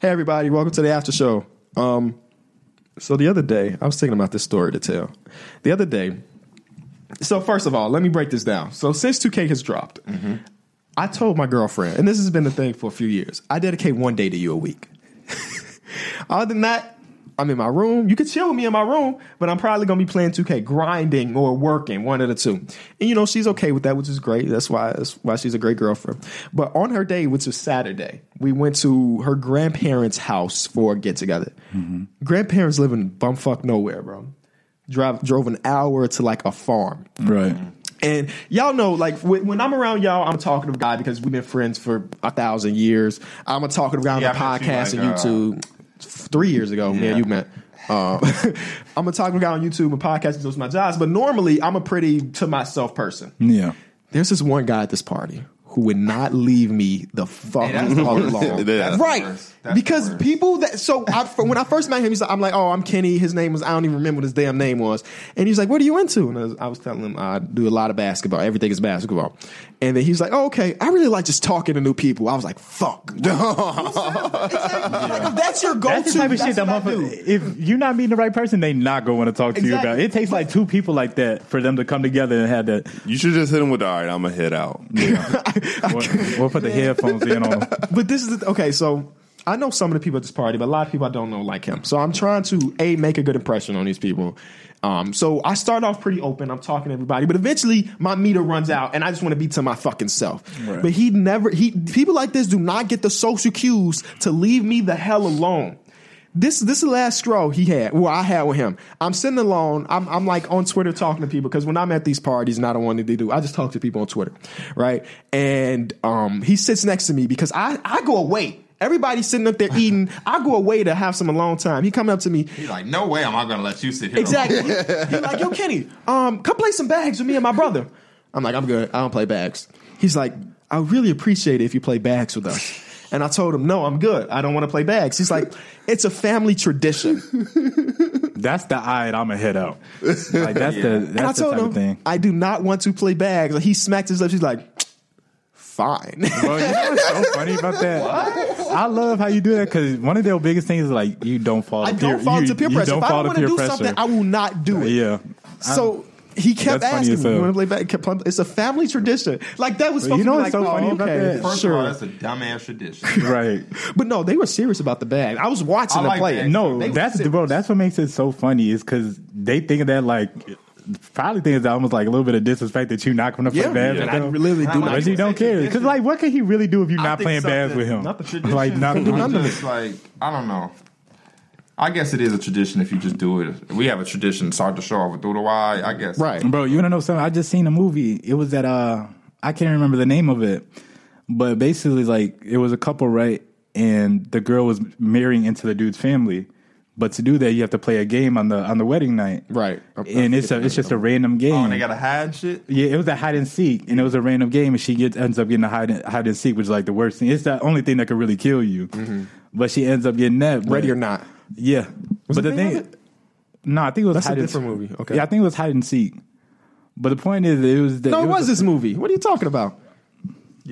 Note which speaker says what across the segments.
Speaker 1: Hey, everybody, welcome to the after show. Um, so the other day, I was thinking about this story to tell. The other day, so first of all, let me break this down. So since 2K has dropped, I told my girlfriend, and this has been the thing for a few years, I dedicate one day to you a week. Other than that, I'm in my room. You can chill with me in my room, but I'm probably gonna be playing 2K, grinding or working, one of the two. And you know, she's okay with that, which is great. That's why that's why she's a great girlfriend. But on her day, which was Saturday, we went to her grandparents' house for a get together. Grandparents live in bumfuck nowhere, bro. Drive drove an hour to like a farm.
Speaker 2: Right.
Speaker 1: And y'all know, like, when, when I'm around y'all, I'm a talkative guy because we've been friends for a thousand years. I'm a talkative guy on
Speaker 3: Yeah,
Speaker 1: the
Speaker 3: I met you,
Speaker 1: podcast
Speaker 3: like, uh,
Speaker 1: and YouTube three years ago. Yeah, you met. Uh, I'm a talkative guy on YouTube and podcast because those are my jobs. But normally, I'm a pretty to myself person.
Speaker 2: Yeah.
Speaker 1: There's this one guy at this party who would not leave me the fuck
Speaker 3: that's the worst.
Speaker 1: alone.
Speaker 4: Yeah.
Speaker 3: That's the
Speaker 1: Right,
Speaker 3: worst. That's the
Speaker 1: because
Speaker 3: worst.
Speaker 1: people that so I, f- when I first met him, he's like, I'm like, oh, I'm Kenny. His name was I don't even remember what his damn name was, and he's like, what are you into? And I was, I was telling him I do a lot of basketball. Everything is basketball, and then he's like, oh, okay, I really like just talking to new people. I was like, fuck, Like, if that's your go-to.
Speaker 5: That's the type of shit that
Speaker 1: what I do.
Speaker 5: motherfucker. If you're not meeting the right person, they not going to talk to you
Speaker 1: Exactly.
Speaker 5: about. It It takes like two people like that for them to come together and have that.
Speaker 4: You should just hit him with the all right, I'm gonna head out.
Speaker 5: We'll, we'll put the headphones in on them.
Speaker 1: But this is the, okay. So I know some of the people at this party, but a lot of people I don't know like him. So I'm trying to a make a good impression on these people. Um, so I start off pretty open. I'm talking to everybody, but eventually my meter runs out, and I just want to be to my fucking self.
Speaker 2: Right.
Speaker 1: But he never. He people like this do not get the social cues to leave me the hell alone. This this is the last straw he had. Well, I had with him. I'm sitting alone. I'm I'm like on Twitter talking to people because when I'm at these parties and I don't want to do, I just talk to people on Twitter, right? And um, he sits next to me because I I go away. Everybody's sitting up there eating. I go away to have some alone time. He come up to me.
Speaker 3: He's like, no way am I going to let you sit here.
Speaker 1: Exactly. He's like, yo, Kenny, um, come play some bags with me and my brother. I'm like, I'm good. I don't play bags. He's like, I really appreciate it if you play bags with us. And I told him, no, I'm good. I don't want to play bags. He's like, it's a family tradition.
Speaker 5: That's the eye that I'm gonna head out. Like that's the
Speaker 1: And I
Speaker 5: that's the
Speaker 1: told
Speaker 5: type
Speaker 1: him,
Speaker 5: of thing.
Speaker 1: I do not want to play bags. He smacked his lips. He's like, fine.
Speaker 5: Well, you know what's so funny about that? I love how you do that because one of their biggest things is like you don't fall.
Speaker 1: I
Speaker 5: to peer,
Speaker 1: don't fall
Speaker 5: you,
Speaker 1: to peer
Speaker 5: you
Speaker 1: pressure.
Speaker 5: Don't
Speaker 1: If I
Speaker 5: fall
Speaker 1: don't
Speaker 5: to
Speaker 1: want to
Speaker 5: peer
Speaker 1: do
Speaker 5: pressure.
Speaker 1: something, I will not do it.
Speaker 5: yeah.
Speaker 1: So he kept
Speaker 5: That's funny
Speaker 1: asking
Speaker 5: as
Speaker 1: me,
Speaker 5: hell.
Speaker 1: "You want to play back? Kept playing- It's a family tradition. Like that was
Speaker 5: Well,
Speaker 1: supposed to be
Speaker 5: you know
Speaker 1: like,
Speaker 5: what's so
Speaker 1: oh,
Speaker 5: funny about
Speaker 1: okay,
Speaker 5: that?
Speaker 3: First
Speaker 1: sure.
Speaker 3: of all, that's a dumbass tradition.
Speaker 5: right.
Speaker 1: but no, they were serious about the bag. I was watching
Speaker 3: I
Speaker 1: the
Speaker 3: like
Speaker 1: play.
Speaker 3: bags.
Speaker 5: No,
Speaker 1: They were
Speaker 5: that's
Speaker 1: serious.
Speaker 5: bro. That's what makes it so funny is because they think of that like probably think it's almost like a little bit of disrespect that you not going to play
Speaker 1: Yeah,
Speaker 5: bass
Speaker 1: yeah.
Speaker 5: with
Speaker 1: I
Speaker 5: them.
Speaker 1: really do
Speaker 5: But
Speaker 1: not-
Speaker 5: you don't care because like what can he really do if you're
Speaker 3: I
Speaker 5: not
Speaker 3: think
Speaker 5: playing bass
Speaker 3: something-
Speaker 5: with him?
Speaker 3: Not the tradition.
Speaker 5: Like not
Speaker 3: but
Speaker 1: none of
Speaker 3: just like I don't know. I guess it is a tradition if you just do it. We have a tradition start the show off with through the Y. I guess
Speaker 1: right.
Speaker 5: Bro, you wanna know something? I just seen a movie. It was at uh I can't remember the name of it. But basically like it was a couple, right? And the girl was marrying into the dude's family. But to do that you have to play a game on the on the wedding night.
Speaker 1: Right.
Speaker 5: And it's a it's just a random game.
Speaker 3: Oh, and they got to hide shit.
Speaker 5: yeah, it was a hide and seek, and it was a random game, and she gets ends up getting a hide and, hide and seek, which is like the worst thing. It's the only thing that could really kill you. But she ends up getting that. but-
Speaker 1: Mm-hmm. Ready or not?
Speaker 5: yeah. but
Speaker 1: the
Speaker 5: the
Speaker 1: name
Speaker 5: thing,
Speaker 1: of it?
Speaker 5: no, I think it was
Speaker 1: That's a
Speaker 5: hide and-
Speaker 1: different movie. Okay.
Speaker 5: Yeah, I think it was hide and seek. But the point is, it was the,
Speaker 1: No, it was
Speaker 5: a-
Speaker 1: this movie. What are you talking about?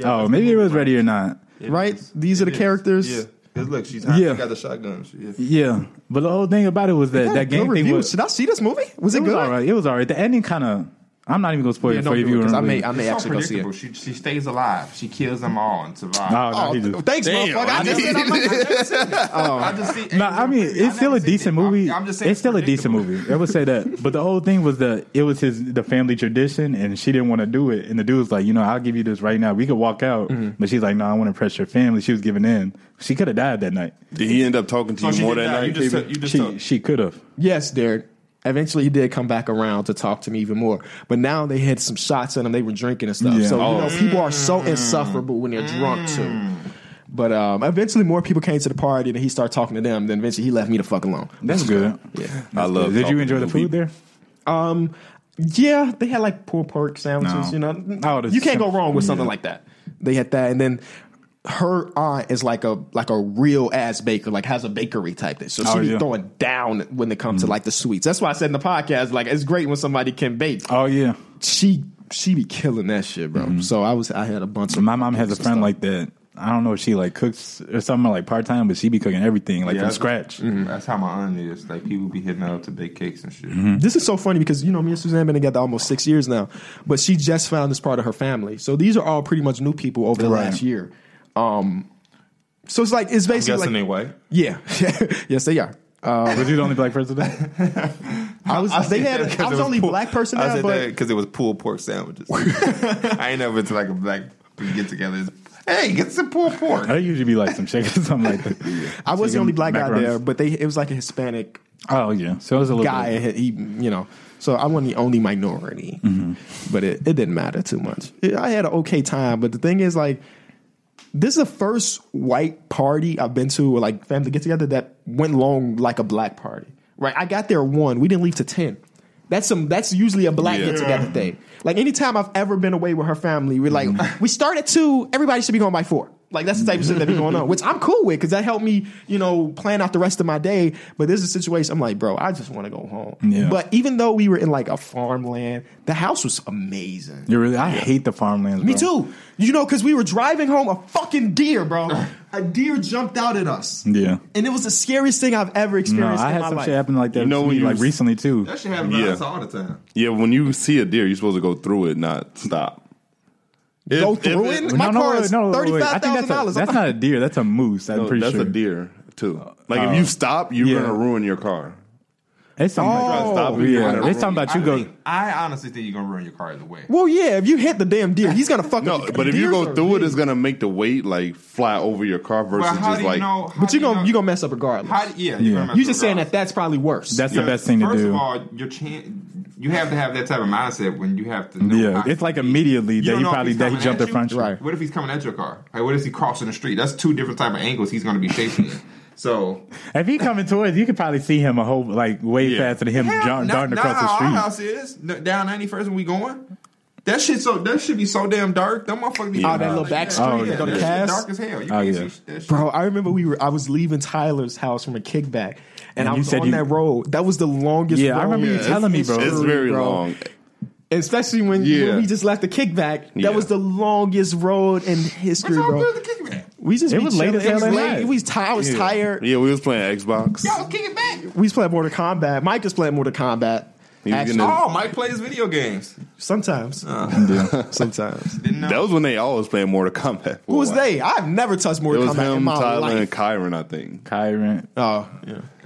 Speaker 5: oh, maybe it was ready or not.
Speaker 1: Right? These are the characters.
Speaker 4: Yeah. Look, she's
Speaker 5: Yeah.
Speaker 4: she got the shotgun. She- yeah.
Speaker 5: Yeah, but the whole thing about it was that
Speaker 1: It had
Speaker 5: that
Speaker 1: good
Speaker 5: game thing
Speaker 1: reviews.
Speaker 5: was
Speaker 1: Should I see this movie? Was it,
Speaker 5: it was
Speaker 1: good?
Speaker 5: all right. It was all right. The ending kind of. I'm not even gonna spoil
Speaker 1: Yeah,
Speaker 5: it
Speaker 1: don't
Speaker 5: for you if
Speaker 1: do it,
Speaker 5: you
Speaker 1: 'cause
Speaker 5: want
Speaker 1: I
Speaker 5: to.
Speaker 1: may, I may
Speaker 3: It's so
Speaker 1: actually go see
Speaker 3: predictable.
Speaker 1: it.
Speaker 3: She she stays alive. She kills them all and survives.
Speaker 5: Oh, no,
Speaker 1: Oh,
Speaker 5: he just-
Speaker 1: thanks,
Speaker 4: Damn,
Speaker 1: motherfucker. I
Speaker 4: I
Speaker 1: just said I'm not- Oh.
Speaker 3: I just see.
Speaker 5: No, I mean
Speaker 3: I
Speaker 5: it's still a
Speaker 3: never seen
Speaker 5: decent
Speaker 3: it.
Speaker 5: movie.
Speaker 3: I'm, I'm just saying
Speaker 5: it's still a decent
Speaker 3: predictable.
Speaker 5: movie. I would say that. But the whole thing was the it was his the family tradition, and she didn't want to do it. And the dude was like, you know, I'll give you this right now. We could walk out,
Speaker 3: Mm-hmm.
Speaker 5: but she's like, no, I want to impress your family. She was giving in. She could have died that night.
Speaker 4: Did he end up talking to
Speaker 3: So
Speaker 4: you
Speaker 3: she
Speaker 4: more
Speaker 3: did
Speaker 4: that
Speaker 3: that.
Speaker 4: night?
Speaker 3: You just
Speaker 4: baby?
Speaker 3: took- you just
Speaker 5: She
Speaker 3: took.
Speaker 5: she could have.
Speaker 1: Yes, Derek. Eventually, he did come back around to talk to me even more. But now they had some shots at him. They were drinking and stuff.
Speaker 5: Yeah.
Speaker 1: So you know, people are so insufferable when they're drunk too. But um, eventually, more people came to the party, and he started talking to them. Then eventually, he left me the fuck alone.
Speaker 5: That's good.
Speaker 1: Yeah,
Speaker 4: I love.
Speaker 5: Did
Speaker 4: talking
Speaker 5: you enjoy
Speaker 4: to
Speaker 5: the food there?
Speaker 1: Um, yeah. They had like pulled pork sandwiches.
Speaker 5: No.
Speaker 1: You know,
Speaker 5: Oh, that's
Speaker 1: you can't go
Speaker 5: simple.
Speaker 1: wrong with something like that. They had that, and then her aunt is like a like a real ass baker, like has a bakery type thing. So she
Speaker 5: Oh,
Speaker 1: be
Speaker 5: yeah. Mm.
Speaker 1: throwing down when it comes to like the sweets. That's why I said in the podcast, like it's great when somebody can bake.
Speaker 5: Oh yeah. Mm-hmm.
Speaker 1: she she be killing that shit, bro. So I was I had a bunch of
Speaker 5: My mom has a friend like that. I don't know if she like cooks or something like part time, but she be cooking everything like
Speaker 3: Yeah,
Speaker 5: from
Speaker 3: that's-
Speaker 5: scratch.
Speaker 3: That's how my aunt is. Like people be hitting her up to bake cakes and shit.
Speaker 5: Mm-hmm.
Speaker 1: This is so funny because you know me and Suzanne been together almost six years now, but she just found this part of her family. So these are all pretty much new people over the
Speaker 5: Right.
Speaker 1: last year. Um, so it's like it's basically like,
Speaker 3: Guessing they white.
Speaker 1: yeah, yes they are. Uh,
Speaker 5: Was you the only black person there?
Speaker 1: I was they had
Speaker 3: said that 'cause
Speaker 1: I was
Speaker 3: it
Speaker 1: the only
Speaker 3: pulled-
Speaker 1: black person
Speaker 3: I
Speaker 1: there,
Speaker 3: said
Speaker 1: but
Speaker 3: because it was pulled pork sandwiches. I ain't never to like a black get together. Hey, get some pulled pork.
Speaker 5: I usually be like some chicken or something like that.
Speaker 1: I was the only black guy
Speaker 5: macarons.
Speaker 1: there. But they it was like a Hispanic
Speaker 5: Oh yeah, so it was a little
Speaker 1: guy.
Speaker 5: Bit.
Speaker 1: He, you know, so I wasn't the only minority, but it, it didn't matter too much. I had an okay time, but the thing is, like, this is the first white party I've been to, or like family get together that went long like a black party. Right? I got there at one. We didn't leave to ten. That's some. That's usually a black
Speaker 4: Yeah.
Speaker 1: get together thing. Like anytime I've ever been away with her family, we're like, we start at two. Everybody should be going by four. Like that's the type of shit that be going on, which I'm cool with because that helped me, you know, plan out the rest of my day. But this is a situation. I'm like, bro, I just want to go home.
Speaker 5: Yeah.
Speaker 1: But even though we were in like a farmland, the house was amazing.
Speaker 5: You really? I hate the farmlands.
Speaker 1: Me
Speaker 5: bro.
Speaker 1: too. You know, because we were driving home, a fucking deer, bro. a deer jumped out at us.
Speaker 5: Yeah.
Speaker 1: And it was the scariest thing I've ever
Speaker 5: No,
Speaker 1: experienced
Speaker 5: I
Speaker 1: in
Speaker 5: had
Speaker 1: my
Speaker 5: some
Speaker 1: life.
Speaker 5: shit happen like that.
Speaker 4: You know
Speaker 5: to
Speaker 4: when
Speaker 5: me,
Speaker 4: you
Speaker 5: like
Speaker 4: was-
Speaker 5: recently too.
Speaker 3: That shit happens to
Speaker 4: Yeah.
Speaker 3: us all the time.
Speaker 4: Yeah, when you see a deer, you're supposed to go through it, not stop. If-
Speaker 1: Go
Speaker 4: if
Speaker 1: through it? My car is
Speaker 5: wait, wait. I think that's
Speaker 1: $35,000.
Speaker 5: a- That's not a deer. That's a moose. I'm
Speaker 4: No,
Speaker 5: pretty
Speaker 4: that's
Speaker 5: sure.
Speaker 4: a deer too.
Speaker 1: Uh,
Speaker 4: Like if you stop, you're
Speaker 5: Yeah.
Speaker 4: gonna ruin your car.
Speaker 5: It's something
Speaker 4: Try to
Speaker 5: like
Speaker 4: stop
Speaker 5: that.
Speaker 4: it,
Speaker 5: yeah.
Speaker 4: you're gonna
Speaker 5: They
Speaker 4: ruin
Speaker 5: talking about you
Speaker 3: I,
Speaker 5: go.
Speaker 3: think- I honestly think you're gonna ruin your car either way.
Speaker 1: Well, yeah, if you hit the damn deer, he's gonna fuck
Speaker 4: No,
Speaker 1: up.
Speaker 4: but if you
Speaker 1: Deers
Speaker 4: go
Speaker 1: are
Speaker 4: through it,
Speaker 1: big.
Speaker 4: it's gonna make the weight like fly over your car versus
Speaker 3: Well, how
Speaker 4: just
Speaker 3: do you
Speaker 4: like
Speaker 3: know? How
Speaker 1: but
Speaker 3: do
Speaker 1: you gonna
Speaker 3: know-
Speaker 1: you gonna mess up regardless.
Speaker 3: How, do- yeah, you're
Speaker 5: Yeah.
Speaker 3: gonna mess
Speaker 1: you
Speaker 3: with
Speaker 1: just saying
Speaker 3: regardless.
Speaker 1: that that's probably worse.
Speaker 5: That's the best thing to
Speaker 3: First
Speaker 5: do.
Speaker 3: of all, your chan you have to have that type of mindset when you have to. Know
Speaker 5: Yeah,
Speaker 3: how-
Speaker 5: it's like immediately
Speaker 3: don't
Speaker 5: that he
Speaker 3: know if
Speaker 5: probably
Speaker 3: he's
Speaker 5: that he
Speaker 3: coming
Speaker 5: jumped
Speaker 3: at
Speaker 5: in
Speaker 3: you.
Speaker 5: front of you.
Speaker 1: Right.
Speaker 3: What if he's coming at your car? Like, what if he's crossing the street? That's two different type of angles he's going to be chasing you. So
Speaker 5: If he coming towards you, you could probably see him a whole like way
Speaker 4: Yeah.
Speaker 5: faster than him
Speaker 3: Hell,
Speaker 5: jar-
Speaker 3: not-
Speaker 5: darting
Speaker 3: not
Speaker 5: across
Speaker 3: how Our
Speaker 5: the
Speaker 3: house is N- down ninety first, and we going. That shit so that should be so damn dark. That motherfucker be
Speaker 1: Oh, that little back street,
Speaker 5: the
Speaker 3: that shit
Speaker 1: cast?
Speaker 3: dark as hell. You
Speaker 5: Oh,
Speaker 3: can't
Speaker 5: yeah.
Speaker 3: see sh- that shit.
Speaker 1: Bro, I remember we were I was leaving Tyler's house from a kickback and,
Speaker 5: And
Speaker 1: I
Speaker 5: you
Speaker 1: was
Speaker 5: said
Speaker 1: on
Speaker 5: you-
Speaker 1: that road. That was the longest
Speaker 5: Yeah,
Speaker 1: road.
Speaker 5: I remember you
Speaker 1: in
Speaker 5: telling me, bro.
Speaker 4: it's
Speaker 1: history,
Speaker 4: very
Speaker 1: bro.
Speaker 4: long.
Speaker 1: Especially when, when
Speaker 4: Yeah.
Speaker 1: we just left the kickback. That
Speaker 4: Yeah.
Speaker 1: was the longest road in history,
Speaker 3: That's all
Speaker 1: bro.
Speaker 3: good to kick back.
Speaker 1: We just
Speaker 5: It
Speaker 1: be
Speaker 5: was late
Speaker 1: chilling.
Speaker 5: as
Speaker 1: It
Speaker 5: hell
Speaker 1: was
Speaker 5: at
Speaker 1: late.
Speaker 5: night.
Speaker 1: We was ti- I was tired.
Speaker 4: Yeah, we was playing Xbox.
Speaker 3: Y'all kick it back.
Speaker 1: We was playing Mortal Kombat. Mike was playing Mortal Kombat.
Speaker 4: He was
Speaker 1: Actually,
Speaker 4: getting his-
Speaker 3: Oh, Mike plays video games.
Speaker 1: sometimes, sometimes.
Speaker 3: Didn't know.
Speaker 4: That was when they always played Mortal Kombat.
Speaker 1: Who was they? I've never touched
Speaker 4: It
Speaker 1: Mortal
Speaker 4: was
Speaker 1: Kombat in
Speaker 4: him,
Speaker 1: my
Speaker 4: Tyler, and
Speaker 1: life.
Speaker 4: Kyron, I think.
Speaker 5: screen. Kyron.
Speaker 1: Oh,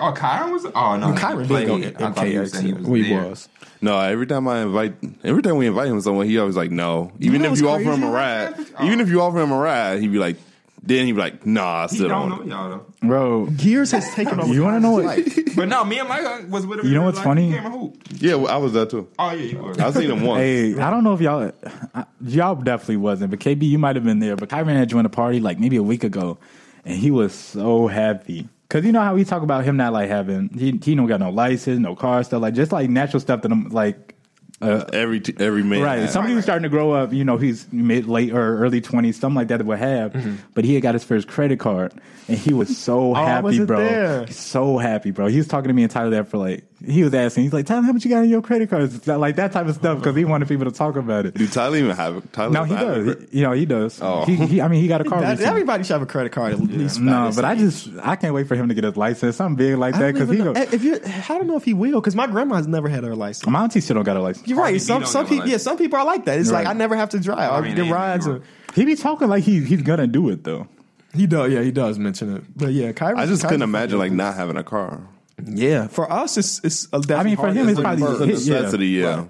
Speaker 3: Oh, Kyron was. Oh no,
Speaker 1: Kyron
Speaker 3: he
Speaker 1: did go
Speaker 3: played. I thought he was saying he
Speaker 1: MKX.
Speaker 3: was.
Speaker 1: We
Speaker 3: there.
Speaker 1: was.
Speaker 4: No, every time I invite, every time we invite him somewhere, he always like no. Even
Speaker 1: know
Speaker 4: if
Speaker 1: what's
Speaker 4: you offer
Speaker 1: crazy?
Speaker 4: him a ride, even if you offer him a ride, he'd be like, then he'd be like, nah, I
Speaker 3: He
Speaker 4: still
Speaker 3: don't
Speaker 4: don't.
Speaker 3: know y'all though.
Speaker 5: Bro,
Speaker 1: Gears has taken over.
Speaker 5: you want to know what?
Speaker 3: But no, me and Mike uh, was with him.
Speaker 5: You know
Speaker 3: in
Speaker 5: what's
Speaker 3: real life.
Speaker 5: funny?
Speaker 3: He came and hooped.
Speaker 4: Yeah, well, I was there too.
Speaker 3: Oh yeah, you was.
Speaker 4: I seen him once.
Speaker 5: Hey, I don't know if y'all, I- y'all definitely wasn't, but KB, you might have been there. But Kyron had joined a party like maybe a week ago, and he was so happy because you know how we talk about him not like having he he don't got no license, no car, stuff like just like natural stuff that I'm like
Speaker 4: Uh, every t- every man,
Speaker 5: right.
Speaker 4: has.
Speaker 5: Somebody who's starting to grow up, you know, he's mid, late, or early twenties, something like that, that would have. But he had got his first credit card, and he was so
Speaker 1: Mm-hmm. Oh, I
Speaker 5: happy,
Speaker 1: wasn't
Speaker 5: bro.
Speaker 1: there.
Speaker 5: So happy, bro. He was talking to me and Tyler that for like he was asking. He's like, Tyler, how much you got in your credit cards? It's not Like that type of stuff because he wanted people to talk about it.
Speaker 4: Do Tyler even have it? Tyler
Speaker 5: No, he
Speaker 4: have
Speaker 5: does.
Speaker 4: it?
Speaker 5: He- you know, he does.
Speaker 4: Oh.
Speaker 5: He, he, I mean, he got a car.
Speaker 1: That-
Speaker 5: recently.
Speaker 1: everybody should have a credit card at least.
Speaker 5: no, but I just I can't wait for him to get his license. Something big like
Speaker 1: I
Speaker 5: that
Speaker 1: don't
Speaker 5: because he.
Speaker 1: even know.
Speaker 5: Go,
Speaker 1: If you, I don't know if he will because my grandma's never had her license.
Speaker 5: my auntie still don't got a license.
Speaker 1: You're right.
Speaker 3: RBD
Speaker 1: Some
Speaker 3: don't
Speaker 1: some
Speaker 3: give a
Speaker 1: people, yeah,
Speaker 3: license.
Speaker 1: some people are like that. It's
Speaker 5: You're
Speaker 1: like
Speaker 5: right.
Speaker 1: I never have to drive. I'll
Speaker 3: I mean,
Speaker 1: get
Speaker 3: ain't
Speaker 1: rides.
Speaker 3: New
Speaker 1: Or,
Speaker 3: York.
Speaker 5: He be talking like he he's gonna do it though.
Speaker 1: he does. Yeah, he does mention it. But yeah, Kyrie.
Speaker 4: I just couldn't
Speaker 1: Kyrie's-
Speaker 4: imagine like not having a car.
Speaker 1: Yeah, for us, it's it's. A
Speaker 5: I mean, for him, it's probably
Speaker 4: It's a
Speaker 5: his- yeah.
Speaker 4: necessity, yeah.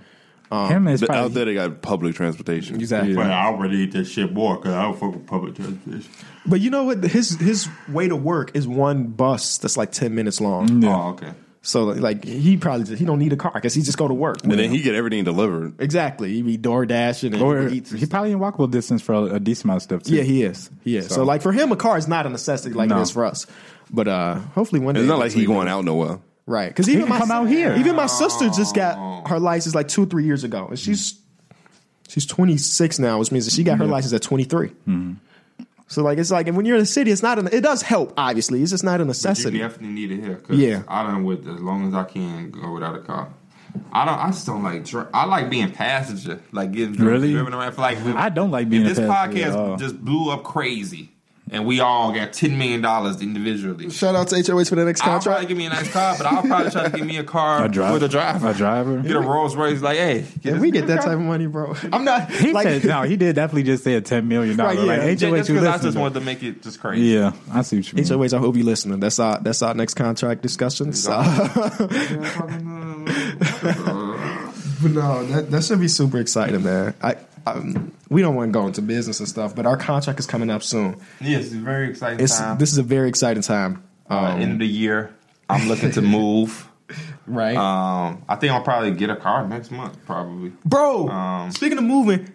Speaker 5: him is
Speaker 4: But
Speaker 5: probably
Speaker 4: out there, they got public transportation.
Speaker 1: exactly.
Speaker 5: Yeah.
Speaker 3: I would eat that shit more because I don't fuck with public transportation.
Speaker 1: But you know what? His his way to work is one bus that's like ten minutes long.
Speaker 5: Yeah.
Speaker 3: Oh, okay.
Speaker 1: So like he probably just, he don't need a car because he just go to work.
Speaker 4: And then he get everything delivered.
Speaker 1: exactly. He be door dashing and
Speaker 5: Or
Speaker 1: Uber Eats and
Speaker 5: he probably in walkable distance for a, a decent amount of stuff too.
Speaker 1: Yeah, he is. He is. So, like for him, a car is not a necessity like
Speaker 5: No.
Speaker 1: it is for us. But uh hopefully one day
Speaker 4: It's not like he going out nowhere.
Speaker 1: right because even
Speaker 5: can
Speaker 1: my
Speaker 5: come
Speaker 1: si-
Speaker 5: out here.
Speaker 1: Even my sister just got her license like two three years ago, and she's she's twenty six now, which means that she got her license at twenty
Speaker 5: Mm-hmm.
Speaker 1: So like it's like and when you're in the city, it's not an, it does help obviously. It's just not a
Speaker 3: You
Speaker 1: necessity.
Speaker 3: definitely need it here. 'cause
Speaker 1: Yeah.
Speaker 3: I don't with as long as I can go without a car. I don't. I just don't like. Dri- I like being passenger, like getting driven,
Speaker 5: Really?
Speaker 3: driven around. I feel like
Speaker 5: I don't like being
Speaker 3: If
Speaker 5: a
Speaker 3: this
Speaker 5: passenger at all.
Speaker 3: podcast just blew up crazy. and we all got ten million dollars individually.
Speaker 1: Shout out to HOH for the next
Speaker 3: I'll try to
Speaker 1: contract.
Speaker 3: give me a nice car, but I'll probably try to give me a car
Speaker 5: A driver.
Speaker 3: with a driver.
Speaker 5: A driver.
Speaker 3: Get a Rolls Royce. Like, hey,
Speaker 1: If we get that type of money, bro, I'm not
Speaker 5: He
Speaker 1: like
Speaker 5: said no. He did definitely just say a ten million dollar.
Speaker 1: Right, yeah.
Speaker 5: Like
Speaker 3: just
Speaker 5: HOH, you
Speaker 3: because I
Speaker 5: listening?
Speaker 3: just wanted to make it just crazy.
Speaker 5: yeah, I see what you mean.
Speaker 1: HOH. I hope you listening. That's our that's our next contract discussions. But no, that, that should be super exciting, man. I, I we don't want to go into business and stuff, but our contract is coming up soon.
Speaker 3: Yes, it's a very exciting
Speaker 1: It's
Speaker 3: time.
Speaker 1: this is a very exciting time,
Speaker 3: uh,
Speaker 1: um,
Speaker 3: end of the year. I'm looking to move.
Speaker 1: right,
Speaker 3: Um, I think I'll probably get a car next month, probably.
Speaker 1: bro?
Speaker 3: um,
Speaker 1: speaking of moving.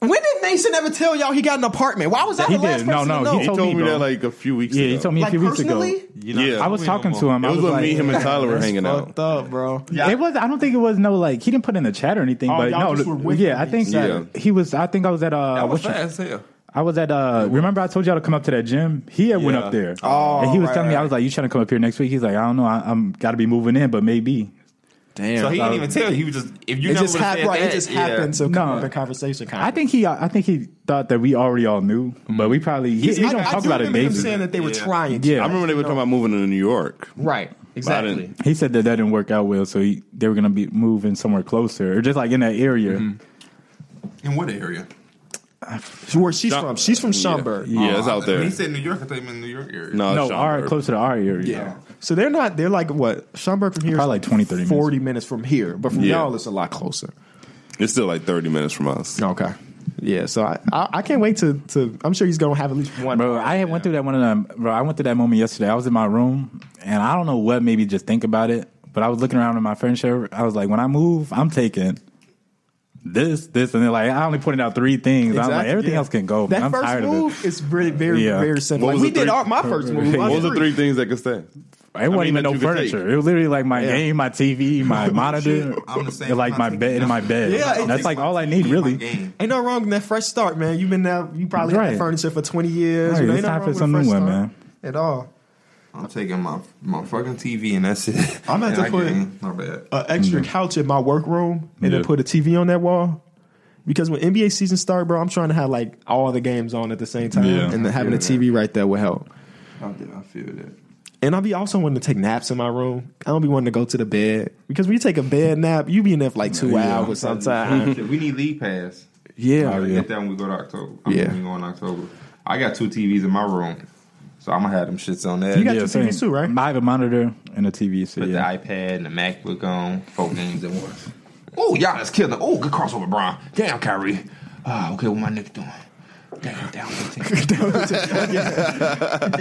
Speaker 1: When did Mason ever tell y'all he got an apartment? Why was I
Speaker 5: He
Speaker 1: the last person
Speaker 5: did. No,
Speaker 1: to
Speaker 5: no,
Speaker 1: know?
Speaker 5: he
Speaker 4: He told, me
Speaker 5: bro.
Speaker 4: that like a few weeks
Speaker 5: yeah,
Speaker 4: ago.
Speaker 5: he told me a
Speaker 1: like
Speaker 5: few weeks
Speaker 1: personally,
Speaker 5: ago.
Speaker 3: You're not
Speaker 4: Yeah.
Speaker 5: I was
Speaker 3: doing
Speaker 5: talking
Speaker 3: no
Speaker 5: to
Speaker 3: more.
Speaker 5: him.
Speaker 4: It
Speaker 5: I
Speaker 4: was,
Speaker 5: was
Speaker 4: when
Speaker 5: like,
Speaker 4: me, him, and Tyler were hanging out.
Speaker 1: fucked up, bro.
Speaker 3: Yeah.
Speaker 5: It was. I don't think it was no like he didn't put in the chat or anything.
Speaker 1: Oh,
Speaker 5: but
Speaker 1: y'all
Speaker 5: no,
Speaker 1: just were with
Speaker 5: yeah, I
Speaker 1: me.
Speaker 5: think
Speaker 4: Yeah.
Speaker 5: he was. I think I was at uh,
Speaker 3: That was
Speaker 5: what you-
Speaker 3: fast as hell.
Speaker 5: I was at uh. Remember, I told y'all to come up to that gym. He had went
Speaker 4: Yeah.
Speaker 5: up there,
Speaker 1: Oh,
Speaker 5: and he was
Speaker 1: right,
Speaker 5: telling me,
Speaker 1: right.
Speaker 5: I was like, "You trying to come up here next week?" He's like, "I don't know. I, I'm got to be moving in, but maybe."
Speaker 1: Damn,
Speaker 3: So he didn't even tell you. He was just if you
Speaker 1: it
Speaker 3: never
Speaker 1: just
Speaker 3: would have
Speaker 1: happened. Right,
Speaker 3: that,
Speaker 1: it just
Speaker 3: yeah.
Speaker 1: happened. So
Speaker 5: No.
Speaker 1: no. the conversation.
Speaker 5: I think he. I think he thought that we already all knew, but we probably he, he
Speaker 1: I,
Speaker 5: don't
Speaker 1: I
Speaker 5: talk
Speaker 1: do
Speaker 5: about it
Speaker 1: remember him
Speaker 5: daily.
Speaker 1: saying that they were
Speaker 3: Yeah.
Speaker 1: trying. to-
Speaker 5: Yeah,
Speaker 4: I remember they were talking about moving to New York.
Speaker 1: right. Exactly.
Speaker 4: didn't-
Speaker 5: He said that that didn't work out well, so he, they were gonna be moving somewhere closer or just like in that area.
Speaker 3: In what area?
Speaker 1: Where she's
Speaker 4: Scha-
Speaker 1: from? She's from Schaumburg.
Speaker 4: Yeah, it's out
Speaker 3: When
Speaker 4: there.
Speaker 3: he said New York, I thought he meant New York area.
Speaker 4: No,
Speaker 5: no,
Speaker 4: it's
Speaker 5: our
Speaker 4: Schaumburg.
Speaker 5: closer to our area.
Speaker 1: Yeah. So they're not. They're like what Schaumburg from here. is
Speaker 5: Probably like 20, 30 minutes.
Speaker 1: 40 minutes from here, but from
Speaker 4: Yeah.
Speaker 1: y'all it's a lot closer.
Speaker 4: It's still like thirty minutes from us.
Speaker 1: Okay. Yeah. So I, I, I can't wait to to. I'm sure he's gonna have at least one.
Speaker 5: Bro, I had went through that one of them. Bro, I went through that moment yesterday. I was in my room, and I don't know what made me just think about it, but I was looking around at my furniture. I was like, when I move, I'm taking this, this, and then like I only pointed out three things. I'm like,
Speaker 1: Exactly,
Speaker 5: everything
Speaker 1: yeah.
Speaker 5: else can go.
Speaker 1: That
Speaker 5: man. I'm
Speaker 1: first
Speaker 5: tired of
Speaker 1: move is very very
Speaker 5: Yeah.
Speaker 1: very simple.
Speaker 4: What
Speaker 1: Like,
Speaker 4: was
Speaker 1: we
Speaker 4: the
Speaker 1: did
Speaker 4: three-
Speaker 1: our, my first move.
Speaker 5: What
Speaker 1: I
Speaker 4: What
Speaker 1: was
Speaker 4: was the
Speaker 1: three.
Speaker 4: three things that could stay?
Speaker 5: it. It wasn't
Speaker 4: mean,
Speaker 5: even
Speaker 4: that
Speaker 5: no
Speaker 4: you could take.
Speaker 5: furniture. It was literally like my game, my TV, my monitor,
Speaker 3: I'm the same
Speaker 5: and, like
Speaker 3: when
Speaker 5: my
Speaker 3: I take
Speaker 5: bed,
Speaker 3: it.
Speaker 5: and my bed.
Speaker 1: Yeah, it
Speaker 5: that's
Speaker 1: takes
Speaker 5: like
Speaker 3: my
Speaker 5: all I
Speaker 3: TV
Speaker 5: need
Speaker 3: and my
Speaker 5: really.
Speaker 3: game.
Speaker 1: Ain't no wrong in that fresh start, man. You've been now. You probably had
Speaker 5: Right.
Speaker 1: that furniture for 20 years.
Speaker 5: Right,
Speaker 1: You know, ain't nothing
Speaker 5: it's time
Speaker 1: wrong
Speaker 5: for
Speaker 1: with a
Speaker 5: some
Speaker 1: fresh
Speaker 5: new one,
Speaker 1: start
Speaker 5: man.
Speaker 1: At all.
Speaker 3: I'm taking my my fucking TV and that's it.
Speaker 1: I'm about
Speaker 3: And
Speaker 1: to
Speaker 3: I
Speaker 1: put-
Speaker 3: game. my bad.
Speaker 1: an extra couch in my workroom and then
Speaker 4: Mm. Yeah.
Speaker 1: put a TV on that wall. Because when NBA season start, bro, I'm trying to have like all the games on at the same time,
Speaker 4: Yeah.
Speaker 1: and then having a TV right there will help.
Speaker 3: I, did, I feel that.
Speaker 1: And I'll be also wanting to take naps in my room. I don't be wanting to go to the bed because when you take a bed nap, you be in there for like two hours sometimes.
Speaker 3: we need lead pass.
Speaker 5: Oh,
Speaker 1: yeah,
Speaker 3: Gotta Get that when we go to October. I
Speaker 1: Yeah.
Speaker 3: mean, we go in October. I got two TVs in my room, so I'm gonna have them shits on that.
Speaker 1: You got your
Speaker 5: same.
Speaker 1: TVs too, right?
Speaker 5: I have a monitor and a TV. So
Speaker 3: Put
Speaker 5: yeah.
Speaker 3: the iPad and the MacBook on, four games at once. Oh, y'all that's killing. Oh, good crossover, Brian. Damn, Kyrie. Ah, okay, what my nigga doing? Damn, down 15.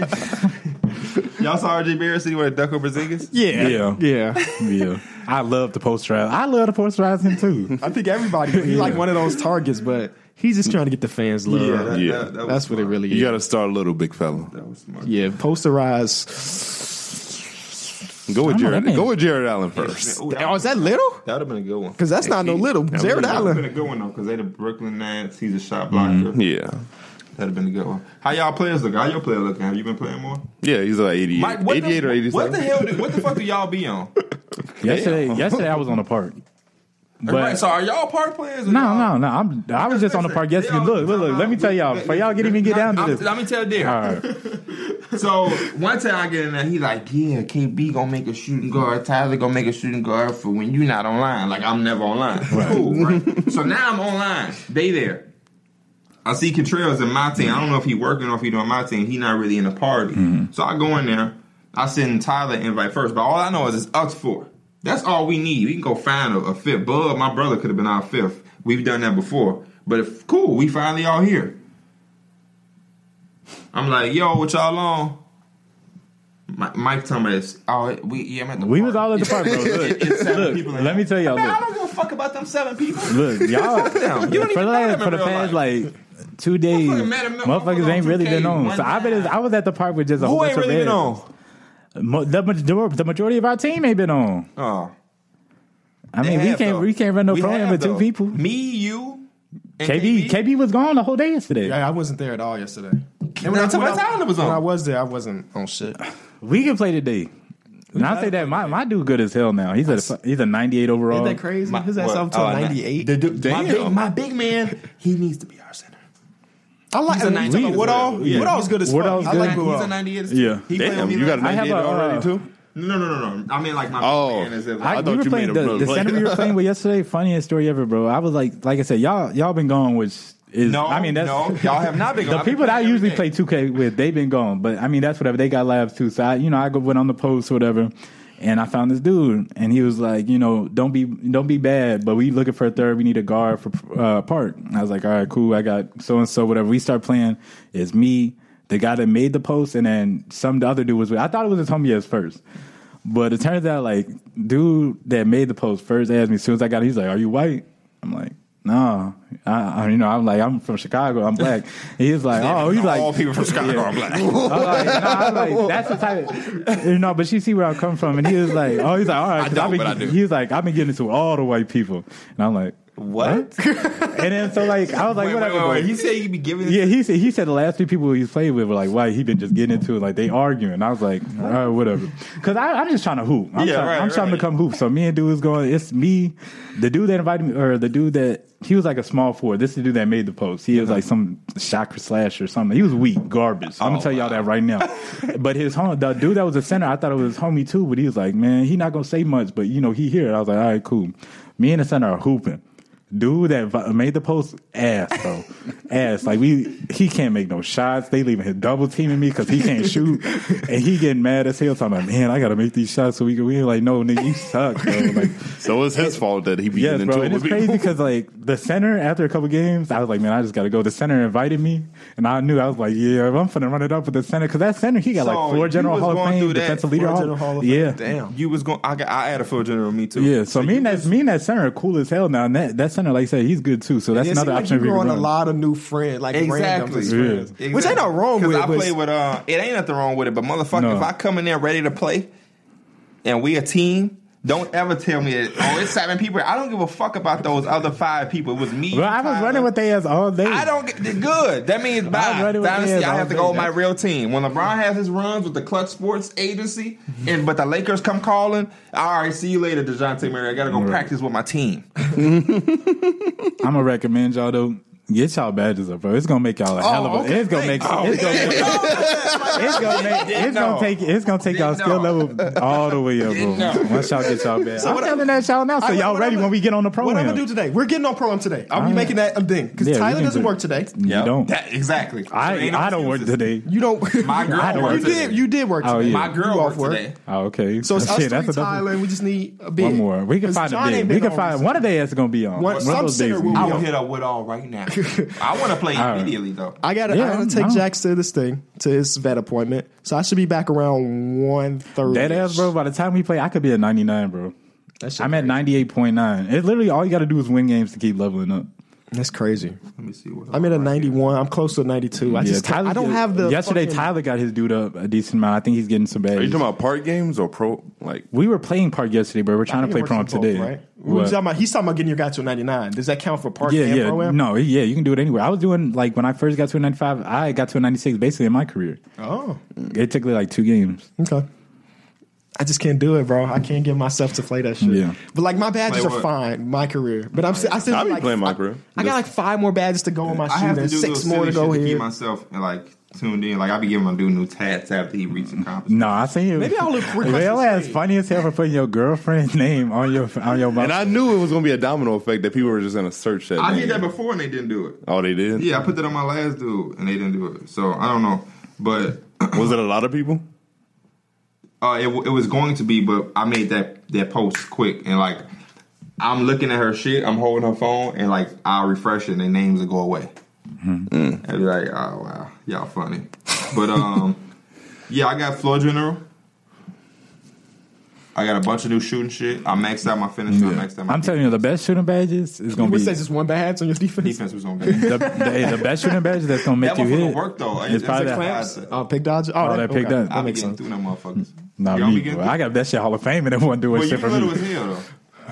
Speaker 3: y'all saw RJ Barrett see where Duck over Zingas?
Speaker 1: yeah,
Speaker 5: Yeah.
Speaker 1: yeah.
Speaker 5: yeah, I love to posterize. I love to posterize him too.
Speaker 1: I think everybody he's like one of those targets, but he's just trying to get the fans love.
Speaker 4: that- Yeah.
Speaker 3: was
Speaker 1: That's what it
Speaker 3: smart.
Speaker 1: really is.
Speaker 4: You got to start little, big fella.
Speaker 3: That was smart.
Speaker 1: yeah, posterize.
Speaker 4: Go with
Speaker 5: I don't know,
Speaker 4: Jared.
Speaker 5: that man-
Speaker 4: Go with Jared Allen first.
Speaker 3: Ooh,
Speaker 1: Oh, is that little?
Speaker 3: That would have been a good one.
Speaker 1: Because that's not no little. Jared
Speaker 3: That would have
Speaker 1: Allen.
Speaker 3: been a good one, though, because they the Brooklyn Nets. He's a shot blocker.
Speaker 1: Mm-hmm.
Speaker 4: Yeah,
Speaker 3: That would have been a good one. How y'all players look? How your player looking? Have you been playing more?
Speaker 4: yeah. He's like 88,
Speaker 3: Mike, what
Speaker 4: 88
Speaker 3: the,
Speaker 4: or eighty
Speaker 3: What
Speaker 4: seven.
Speaker 3: the hell? Do, what the fuck do y'all be on?
Speaker 5: Yesterday, yesterday I was on the park. But
Speaker 3: right, so are y'all park players? or
Speaker 5: no, no,
Speaker 3: y'all-
Speaker 5: no. I'm, I was just on the park yesterday.
Speaker 3: Y'all-
Speaker 5: Look, look, look. Let me tell y'all. For y'all get even get down to
Speaker 3: I'm-
Speaker 5: this. All
Speaker 3: Let me tell you.
Speaker 5: right.
Speaker 3: So one time I get in there, he like, yeah, KB gonna make a shooting guard. Tyler gonna make a shooting guard for when you not online. Like I'm never online. Cool, right? so now I'm online. They there. I see Contreras in my team. I don't know if he working or if he doing my team. He not really in the party. So I go in there. I send Tyler an invite first, but all I know is it's us four. That's all we need. We can go find a, a fifth. Bub, my brother, could have been our fifth. We've done that before. But if, cool, we finally all here. I'm like, yo, what y'all on? Mi- Mike talking about this. Oh, we yeah, I'm at the
Speaker 5: We
Speaker 3: park.
Speaker 5: was all at the park, bro. Look,
Speaker 3: It's seven
Speaker 5: look.
Speaker 3: people in
Speaker 5: Let me tell y'all.
Speaker 3: Man, I
Speaker 5: Look,
Speaker 3: don't give a fuck about them seven people.
Speaker 5: look, y'all.
Speaker 3: them. You don't even
Speaker 5: for
Speaker 3: know
Speaker 5: the,
Speaker 3: them in
Speaker 5: for the
Speaker 3: real
Speaker 5: past
Speaker 3: life.
Speaker 5: like two days,
Speaker 3: Motherfucker met him-
Speaker 5: motherfuckers
Speaker 3: motherfucker
Speaker 5: ain't
Speaker 3: on
Speaker 5: really
Speaker 3: 2K
Speaker 5: been on.
Speaker 3: one
Speaker 5: So I been.
Speaker 3: time.
Speaker 5: I was at the park with just a whole
Speaker 3: Who
Speaker 5: bunch
Speaker 3: ain't
Speaker 5: of
Speaker 3: really been
Speaker 5: men.
Speaker 3: on?
Speaker 5: Mo- The, major- the majority of our team ain't been on.
Speaker 3: Oh,
Speaker 5: I
Speaker 3: they
Speaker 5: mean, we
Speaker 3: have,
Speaker 5: can't
Speaker 3: though.
Speaker 5: we can't run no
Speaker 3: We
Speaker 5: program
Speaker 3: have,
Speaker 5: with two
Speaker 3: though.
Speaker 5: people.
Speaker 3: Me, you, and
Speaker 5: KB KB was gone the whole day yesterday.
Speaker 1: Yeah, I wasn't there at all yesterday. And when,
Speaker 3: that's what Tyler was on.
Speaker 1: when I was there, I wasn't on shit.
Speaker 5: We can play today. And I say that my, my dude good as hell now. He's a he's a 98 overall.
Speaker 1: Isn't that crazy?
Speaker 3: My-
Speaker 1: His ass
Speaker 3: what?
Speaker 1: up till
Speaker 3: Oh, I-
Speaker 1: 98.
Speaker 3: My
Speaker 4: Damn.
Speaker 3: big, my big man, he needs to be our center.
Speaker 1: I like
Speaker 3: He's a 98
Speaker 1: Woodall. Woodall
Speaker 5: Yeah.
Speaker 1: Woodall's good as fuck.
Speaker 5: Woodall's
Speaker 1: I like
Speaker 5: good.
Speaker 1: Woodall.
Speaker 3: He's a 98.
Speaker 5: Yeah.
Speaker 3: He played
Speaker 4: Damn,
Speaker 3: with me
Speaker 4: you got a
Speaker 3: last-
Speaker 5: I have
Speaker 4: 98
Speaker 5: a, uh,
Speaker 4: already too?
Speaker 3: No, no, no, no, no. I mean, like my
Speaker 4: Oh.
Speaker 3: man is
Speaker 4: I
Speaker 5: I,
Speaker 4: thought
Speaker 5: we were
Speaker 4: you
Speaker 5: playing
Speaker 4: made a
Speaker 5: the, the
Speaker 4: plug.
Speaker 5: center we were playing with yesterday. Funniest story ever, bro. I was like, like I said, y'all y'all been gone, which is
Speaker 3: No,
Speaker 5: I mean that's
Speaker 3: no, y'all have not been
Speaker 5: the
Speaker 3: gone. I've been
Speaker 5: people that I
Speaker 3: playing
Speaker 5: usually
Speaker 3: every
Speaker 5: play 2K with. They've been gone, but I mean that's whatever. They got labs too, so I, you know I go went on the post or whatever, and I found this dude, and he was like, you know, don't be don't be bad, but we looking for a third. We need a guard for uh, Park. And I was like, all right, cool. I got so and so, whatever. We start playing. It's me, the guy that made the post, and then some the other dude was with. I thought it was his homie at first. But it turns out, like, dude that made the post first asked me as soon as I got it, he's like, Are you white? I'm like, No. I, I you know, I'm like, I'm from Chicago, I'm black. And he's like, Oh, he's like,
Speaker 4: all people from Chicago are black.
Speaker 5: I'm like, no, I'm like, that's the type of, you know, but she see where I come from. And he was like, oh, he's like, all right. 'cause
Speaker 4: don't,
Speaker 5: I've been,
Speaker 4: but I do.
Speaker 5: He was like, I've been getting to all the white people. And I'm like,
Speaker 3: What?
Speaker 5: and then so like, I was like,
Speaker 3: Wait, wait,
Speaker 5: whatever.
Speaker 3: wait,
Speaker 5: bro."
Speaker 3: wait. He said he'd be giving.
Speaker 5: yeah, he said he said the last three people he's played with were like white. He been just getting into it, like they arguing. I was like, all right, whatever. Because I'm just trying to hoop. I'm,
Speaker 3: Yeah,
Speaker 5: trying,
Speaker 3: right,
Speaker 5: I'm trying to
Speaker 3: right.
Speaker 5: come hoop. So me and dude is going. It's me, the dude that invited me, or the dude that he was like a small forward. This is the dude that made the post. He was like some shocker slash or something. He was weak, garbage.
Speaker 3: Oh,
Speaker 5: I'm gonna tell y'all that right now. but his home, the dude that was the center, I thought it was his homie too. But he was like, man, he not gonna say much. But you know, he here. I was like, all right, cool. Me and the center are hooping. Dude that vi- made the post ass bro, ass like we he can't make no shots. They leaving him double teaming me because he can't shoot, and he getting mad as hell. Talking about man, I gotta make these shots so we can. We like no nigga, you suck, bro. Like
Speaker 4: so it's his fault that he be
Speaker 5: yes,
Speaker 4: getting
Speaker 5: bro.
Speaker 4: into
Speaker 5: And
Speaker 4: it
Speaker 5: it's
Speaker 4: with
Speaker 5: crazy
Speaker 4: people.
Speaker 5: because like the center after a couple games, I was like man, I just gotta go. The center invited me, and I knew I was like yeah, I'm finna run it up with the center because that center he got
Speaker 3: So,
Speaker 5: like four
Speaker 3: you
Speaker 5: general
Speaker 3: was
Speaker 5: hall of
Speaker 3: going
Speaker 5: fame,
Speaker 3: through that
Speaker 5: defensive leader,
Speaker 1: four
Speaker 5: all-
Speaker 1: general hall of fame.
Speaker 5: yeah.
Speaker 3: Damn. You was going. I got. I added for general me too.
Speaker 5: Yeah, so, me and that me and that center are cool as hell now. And that, that center, like I said, he's good too. So that's
Speaker 1: It
Speaker 5: another
Speaker 1: seemed like
Speaker 5: option. we
Speaker 1: you
Speaker 5: could
Speaker 1: growing a
Speaker 5: run.
Speaker 1: lot of new friends, like random
Speaker 3: Exactly.
Speaker 1: as
Speaker 5: Yeah.
Speaker 1: friends, which ain't no wrong with.
Speaker 3: Because I
Speaker 1: but
Speaker 3: play with. Uh, it ain't nothing wrong with it. But motherfucker,
Speaker 5: No.
Speaker 3: if I come in there ready to play, and we a team. Don't ever tell me that. Oh, it's seven people. I don't give a fuck about those other five people. It was me.
Speaker 5: Bro, I was
Speaker 3: Tyler.
Speaker 5: running with they ass all day.
Speaker 3: I don't get they're good. That means bye.
Speaker 5: ready with
Speaker 3: Dynasty,
Speaker 5: that,
Speaker 3: I have to go with my
Speaker 5: That's-
Speaker 3: real team. When LeBron has his runs with the Clutch Sports Agency,
Speaker 5: Mm-hmm.
Speaker 3: and but the Lakers come calling, all right, see you later, Dejounte Murray. I gotta go practice with my team.
Speaker 5: I'm gonna recommend y'all though. Get y'all badges up, bro. It's gonna make y'all a hell
Speaker 1: Oh,
Speaker 5: of a.
Speaker 3: okay.
Speaker 5: It's gonna make. It's gonna make. It's gonna make. It's
Speaker 3: know.
Speaker 5: gonna take. It's gonna take y'all
Speaker 3: Didn't
Speaker 5: skill
Speaker 3: know.
Speaker 5: level all the way up,
Speaker 3: Didn't know.
Speaker 5: bro. Once y'all get y'all badges, I'm
Speaker 1: what
Speaker 5: telling that y'all now, so
Speaker 1: I-
Speaker 5: y'all
Speaker 1: what
Speaker 5: ready
Speaker 1: I'm-
Speaker 5: when we get on the
Speaker 1: what I'm
Speaker 5: program.
Speaker 1: gonna do today? We're getting on pro am today. I'll be
Speaker 5: Alright.
Speaker 1: making that a thing because
Speaker 5: Yeah, we
Speaker 1: Tyler
Speaker 5: can
Speaker 1: doesn't
Speaker 5: do-
Speaker 1: work today.
Speaker 5: You don't.
Speaker 3: That- exactly. So
Speaker 5: I
Speaker 3: ain't no
Speaker 5: I don't work
Speaker 3: excuses.
Speaker 5: today.
Speaker 1: You don't.
Speaker 3: My girl
Speaker 5: I don't
Speaker 1: you
Speaker 5: work
Speaker 3: worked
Speaker 1: did.
Speaker 3: today.
Speaker 1: You did work.
Speaker 5: Oh,
Speaker 1: today.
Speaker 5: yeah.
Speaker 3: My girl
Speaker 1: You off
Speaker 3: worked
Speaker 1: work.
Speaker 3: today.
Speaker 5: Oh, okay.
Speaker 1: So it's us
Speaker 5: Shit,
Speaker 1: three,
Speaker 5: that's a double-
Speaker 1: Tyler, and we just need a bid.
Speaker 5: One more. We can
Speaker 1: 'Cause
Speaker 5: find
Speaker 1: John
Speaker 5: a day.
Speaker 1: ain't
Speaker 5: We
Speaker 1: been
Speaker 5: can
Speaker 1: on
Speaker 5: find
Speaker 1: recently.
Speaker 5: one of their ass is gonna be on.
Speaker 1: One-
Speaker 5: One,
Speaker 1: some
Speaker 5: of those
Speaker 1: center
Speaker 5: days.
Speaker 1: will
Speaker 5: we
Speaker 1: be
Speaker 5: be
Speaker 3: I will
Speaker 5: on.
Speaker 3: hit up with all right now. I want to play
Speaker 5: All right.
Speaker 3: immediately though.
Speaker 1: I gotta,
Speaker 5: Yeah,
Speaker 1: I gotta
Speaker 5: I'm-
Speaker 1: take
Speaker 5: I'm-
Speaker 1: Jax to this thing to his vet appointment, so I should be back around one thirty.
Speaker 5: That ass, bro. By the time we play, I could be at 99, bro.
Speaker 1: That shit
Speaker 5: I'm at 98.9. It literally all you got to do is win games to keep leveling up.
Speaker 1: That's crazy.
Speaker 3: Let me see what
Speaker 1: I'm at a ninety one. I'm close to a ninety two. I just,
Speaker 5: Tyler
Speaker 1: I don't
Speaker 5: did-
Speaker 1: have the.
Speaker 5: Yesterday,
Speaker 1: fucking-
Speaker 5: Tyler got his dude up a decent amount. I think he's getting some bad.
Speaker 4: Are you talking about part games or pro? Like,
Speaker 5: we were playing park yesterday, but we're trying to play
Speaker 1: It
Speaker 5: pro
Speaker 1: works for both,
Speaker 5: today.
Speaker 1: right? We were
Speaker 5: What?
Speaker 1: talking about, he's talking about getting your guy to a ninety nine. Does that count for part
Speaker 5: Yeah,
Speaker 1: and
Speaker 5: yeah,
Speaker 1: pro am?
Speaker 5: no, yeah, you can do it anywhere. I was doing like when I first got to a 95, I got to a 96 basically in my career.
Speaker 1: Oh,
Speaker 5: It took like two games.
Speaker 1: okay. I just can't do it, bro. I can't get myself to play that shit.
Speaker 5: Yeah.
Speaker 1: But like my badges
Speaker 3: Play
Speaker 1: are
Speaker 3: what?
Speaker 1: fine, my career. But I'm, si- I still
Speaker 4: I'll be
Speaker 1: like,
Speaker 4: playing my
Speaker 1: I-
Speaker 4: career.
Speaker 1: I, got like five more badges to go on my
Speaker 3: I have to
Speaker 1: shooting,
Speaker 3: do
Speaker 1: six
Speaker 3: six
Speaker 1: more to go
Speaker 3: shit to
Speaker 1: here.
Speaker 3: keep myself like tuned in. Like I be giving my dude new tats after he reaches accomplishment.
Speaker 5: No, I seen it.
Speaker 1: Maybe I'll look- request
Speaker 5: Well,
Speaker 1: this
Speaker 5: that's
Speaker 1: thing.
Speaker 5: funny as hell for putting your girlfriend's name on your on your.
Speaker 4: and I knew it was gonna be a domino effect that people were just gonna search that.
Speaker 3: I
Speaker 4: name.
Speaker 3: did that before and they didn't do it.
Speaker 4: Oh, they did.
Speaker 3: Yeah, I put that on my last dude and they didn't do it. So I don't know, but
Speaker 4: Was it a lot of people?
Speaker 3: uh, it, it was going to be, but I made that that post quick and like I'm looking at her shit. I'm holding her phone and like I'll refresh it and their names will go away.
Speaker 5: Mm-hmm.
Speaker 3: I'd be like, oh wow, y'all funny, but um, yeah, I got floor general. I got a bunch of new shooting shit. I maxed out my finish. I maxed out my
Speaker 5: I'm telling you, the best shooting badges is
Speaker 1: You
Speaker 5: gonna
Speaker 1: would
Speaker 5: be
Speaker 1: say just one badge on your defense?
Speaker 3: defense was on game.
Speaker 5: the, the, hey, the best shooting badge that's gonna make
Speaker 3: That
Speaker 5: you
Speaker 3: motherfucker
Speaker 5: hit.
Speaker 3: work, though.
Speaker 5: It's
Speaker 3: It's
Speaker 5: probably
Speaker 3: like
Speaker 5: that.
Speaker 3: clamp.
Speaker 1: Oh, pick dodge. Oh,
Speaker 5: that pick dodge.
Speaker 1: That
Speaker 3: I be
Speaker 1: makes
Speaker 3: getting
Speaker 1: sense.
Speaker 3: through them motherfuckers.
Speaker 5: Not
Speaker 3: Y'all be
Speaker 5: me,
Speaker 3: getting
Speaker 5: bro.
Speaker 3: through-
Speaker 5: I got that shit Hall of Fame and it wasn't doing
Speaker 3: Well, you
Speaker 5: shit for
Speaker 3: little as
Speaker 5: me.
Speaker 3: hell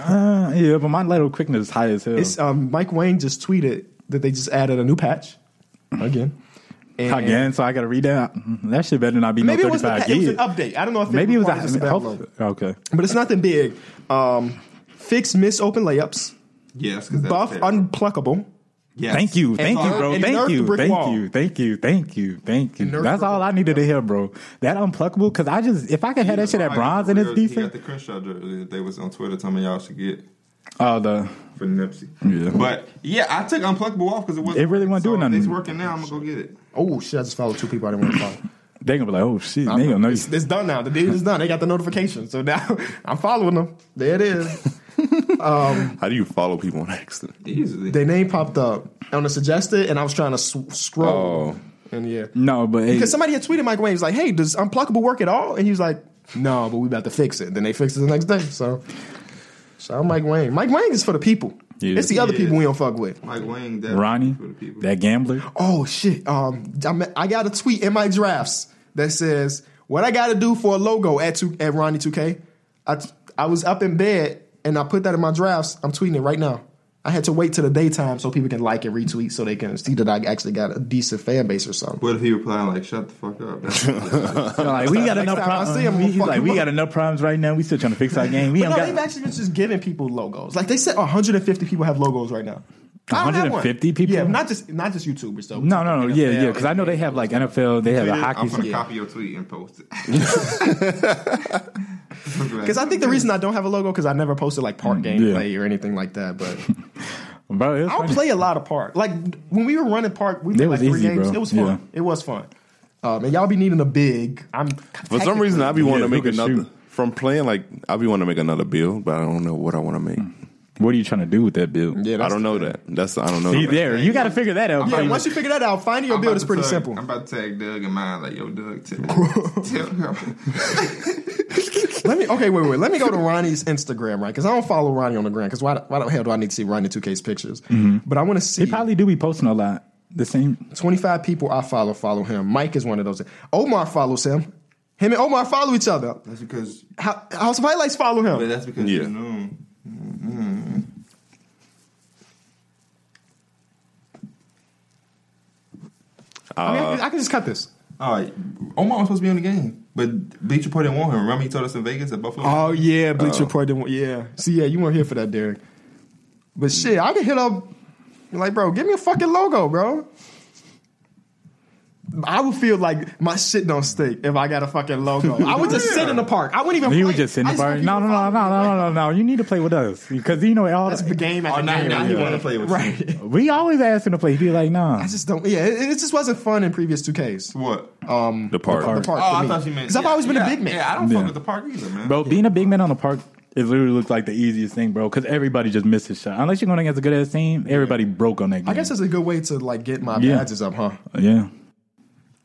Speaker 3: though.
Speaker 5: Uh, yeah, but my lateral quickness is high as hell.
Speaker 1: It's um, Mike Wayne just tweeted that they just added a new patch again. And
Speaker 5: Again, so I gotta read that. Mm-hmm. That shit better not be
Speaker 1: Maybe
Speaker 5: no
Speaker 1: it was, the
Speaker 5: thirty-five
Speaker 1: patch. it was an
Speaker 5: gigs.
Speaker 1: update. I don't know if
Speaker 5: Maybe it was
Speaker 1: required just a
Speaker 5: a
Speaker 1: download.
Speaker 5: okay.
Speaker 1: but it's nothing big. Um, fix miss open layups,
Speaker 3: Yes, because
Speaker 1: buff unpluckable,
Speaker 3: Yes.
Speaker 5: Thank you, thank you,
Speaker 3: all-
Speaker 5: bro.
Speaker 1: and
Speaker 5: Thank
Speaker 1: nerf the
Speaker 5: you,
Speaker 1: brick
Speaker 5: thank
Speaker 1: wall.
Speaker 5: you, thank you, thank you, thank you.
Speaker 3: And nerf
Speaker 5: That's
Speaker 3: the
Speaker 5: all I needed to hear, bro. That unpluckable, because I just if I could have that shit at bronze and it's
Speaker 2: He got
Speaker 5: defense.
Speaker 2: the Crenshaw jersey that they was on Twitter telling me y'all should get
Speaker 5: Oh, the
Speaker 2: for Nipsey.
Speaker 5: Yeah.
Speaker 2: But yeah, I took Unpluckable off because it wasn't.
Speaker 5: It really wasn't doing
Speaker 2: so if It's
Speaker 5: nothing.
Speaker 2: working now. I'm gonna go get it.
Speaker 1: Oh shit! I just followed two people I didn't want to follow.
Speaker 5: they gonna be like, oh shit, they gonna know you.
Speaker 1: It's, it's done now. The deed is done. They got the notification, so now I'm following them. There it is.
Speaker 4: How do you follow people on accident?
Speaker 2: Easily.
Speaker 1: Their name popped up on the suggested, and I was trying to sw-
Speaker 3: Oh.
Speaker 4: Oh.
Speaker 1: scroll. And yeah,
Speaker 5: Oh. No, but hey,
Speaker 1: because somebody had tweeted Mike Wayne. He was like, "Hey, does unpluckable work at all?" And he was like, "No, but we about to fix it." Then they fixed it the next day. So, shout out Mike Wayne. Mike Wayne is for the people.
Speaker 5: Yeah.
Speaker 1: It's the other
Speaker 2: Yeah.
Speaker 1: people we don't fuck with.
Speaker 2: Mike Wang, that
Speaker 5: Ronnie,
Speaker 2: for the people.
Speaker 5: that gambler.
Speaker 1: Oh shit! Um, I, me- I got a tweet in my drafts that says what I got to do for a logo at two at Ronnie Two K. I t- I was up in bed and I put that in my drafts. I'm tweeting it right now. I had to wait till the daytime so people can like and retweet so they can see that I actually got a decent fan base or something.
Speaker 2: What if he replied like, "Shut the fuck up"? That's
Speaker 5: They're like we got
Speaker 1: Next
Speaker 5: enough
Speaker 1: time I see him,
Speaker 5: problems.
Speaker 1: I'm gonna
Speaker 5: He's
Speaker 1: fuck
Speaker 5: like,
Speaker 1: him
Speaker 5: we
Speaker 1: up.
Speaker 5: got enough problems right now. We still trying to fix our game. We
Speaker 1: But
Speaker 5: ain't
Speaker 1: no, they've
Speaker 5: got
Speaker 1: actually been just giving people logos. Like they said, 150 people have logos right now. I don't have one.
Speaker 5: 150 people?
Speaker 1: Yeah, not just not just YouTubers though.
Speaker 5: no, no, no. Yeah, yeah. Because I know they
Speaker 1: have.
Speaker 5: have like NFL. They have a hockey.
Speaker 2: I'm gonna
Speaker 5: side.
Speaker 2: copy your tweet and post it.
Speaker 1: Because I think the reason I don't have a logo because I never posted like park game
Speaker 5: Mm, yeah.
Speaker 1: play or anything like that. But
Speaker 5: Bro, it was
Speaker 1: I don't
Speaker 5: funny.
Speaker 1: play a lot of park. Like when we were running park, we
Speaker 5: That
Speaker 1: played
Speaker 5: was
Speaker 1: like three
Speaker 5: easy,
Speaker 1: games.
Speaker 5: bro.
Speaker 1: It was fun.
Speaker 5: Yeah.
Speaker 1: It was fun. Um, and y'all be needing a big. I'm
Speaker 4: For some reason, I be wanting to
Speaker 5: who
Speaker 4: make
Speaker 5: can
Speaker 4: another.
Speaker 5: shoot?
Speaker 4: From playing, like I be wanting to make another build, but I don't know what I want to make.
Speaker 5: What are you trying to do with that build?
Speaker 1: Hmm. Yeah,
Speaker 4: I
Speaker 1: that's
Speaker 4: don't know that. That's I don't know.
Speaker 5: See
Speaker 4: that.
Speaker 5: there, you got to figure that out.
Speaker 1: Yeah,
Speaker 5: bro.
Speaker 1: once you figure that out, finding your
Speaker 2: I'm
Speaker 1: build
Speaker 2: about
Speaker 1: is
Speaker 2: to
Speaker 1: pretty
Speaker 2: tag-
Speaker 1: simple.
Speaker 2: I'm about to tag Doug and mine like, "Yo, Doug, tell, tell him."
Speaker 1: Let me okay, wait, wait. Let me go to Ronnie's Instagram, right? Because I don't follow Ronnie on the gram. Because why, the- why the hell do I need to see Ronnie 2K's pictures? But I want to see
Speaker 5: Mm-hmm. He probably do be posting a lot. The same.
Speaker 1: 25 people I follow follow him. Mike is one of those. Omar follows him. Him and Omar follow each other.
Speaker 2: That's because,
Speaker 1: How, House of Highlights follow him.
Speaker 2: but that's because
Speaker 4: Yeah.
Speaker 2: you know.
Speaker 1: I,
Speaker 5: uh,
Speaker 1: mean, I, can, I can just cut this.
Speaker 2: All right, Omar was supposed to be on the game, but Bleacher Report didn't want him. Remember, he told us in Vegas at Buffalo.
Speaker 1: Oh yeah, Bleach
Speaker 2: Uh,
Speaker 1: Report. Didn't, want- yeah. See, yeah, you weren't here for that, Derek. But shit, I can hit up. Like, bro, give me a fucking logo, bro. I would feel like my shit don't stink if I got a fucking logo. I would just sit in the park. I wouldn't even.
Speaker 5: He
Speaker 1: play.
Speaker 5: was just in
Speaker 1: I
Speaker 5: the bar.
Speaker 1: want
Speaker 5: No, no,
Speaker 1: people
Speaker 5: no, no,
Speaker 1: to follow
Speaker 5: no,
Speaker 1: me.
Speaker 5: no, no, no. You need to play with us because you know all.
Speaker 1: That's the game.
Speaker 2: Oh,
Speaker 1: After
Speaker 2: now,
Speaker 1: game.
Speaker 2: now he want to play with you.
Speaker 1: right.
Speaker 5: we always ask him to play. He be like, nah.
Speaker 1: I just don't. Yeah, it, it just wasn't fun in previous two Ks.
Speaker 2: What?
Speaker 4: the part.
Speaker 1: The park.
Speaker 2: Oh,
Speaker 1: for
Speaker 2: I
Speaker 1: Oh, me.
Speaker 2: thought you meant
Speaker 1: 'Cause I've
Speaker 2: yeah,
Speaker 1: always been a
Speaker 2: yeah,
Speaker 1: big man.
Speaker 2: Yeah, I don't
Speaker 5: Yeah.
Speaker 2: fuck with the park either, man.
Speaker 5: Bro, being a big man on the park, it literally looks like the easiest thing, bro. Because everybody just misses shot. Unless you're going against a good ass team, everybody broke on that game.
Speaker 1: I guess that's a good way to like get my
Speaker 5: Yeah.
Speaker 1: badges up, huh?
Speaker 5: yeah.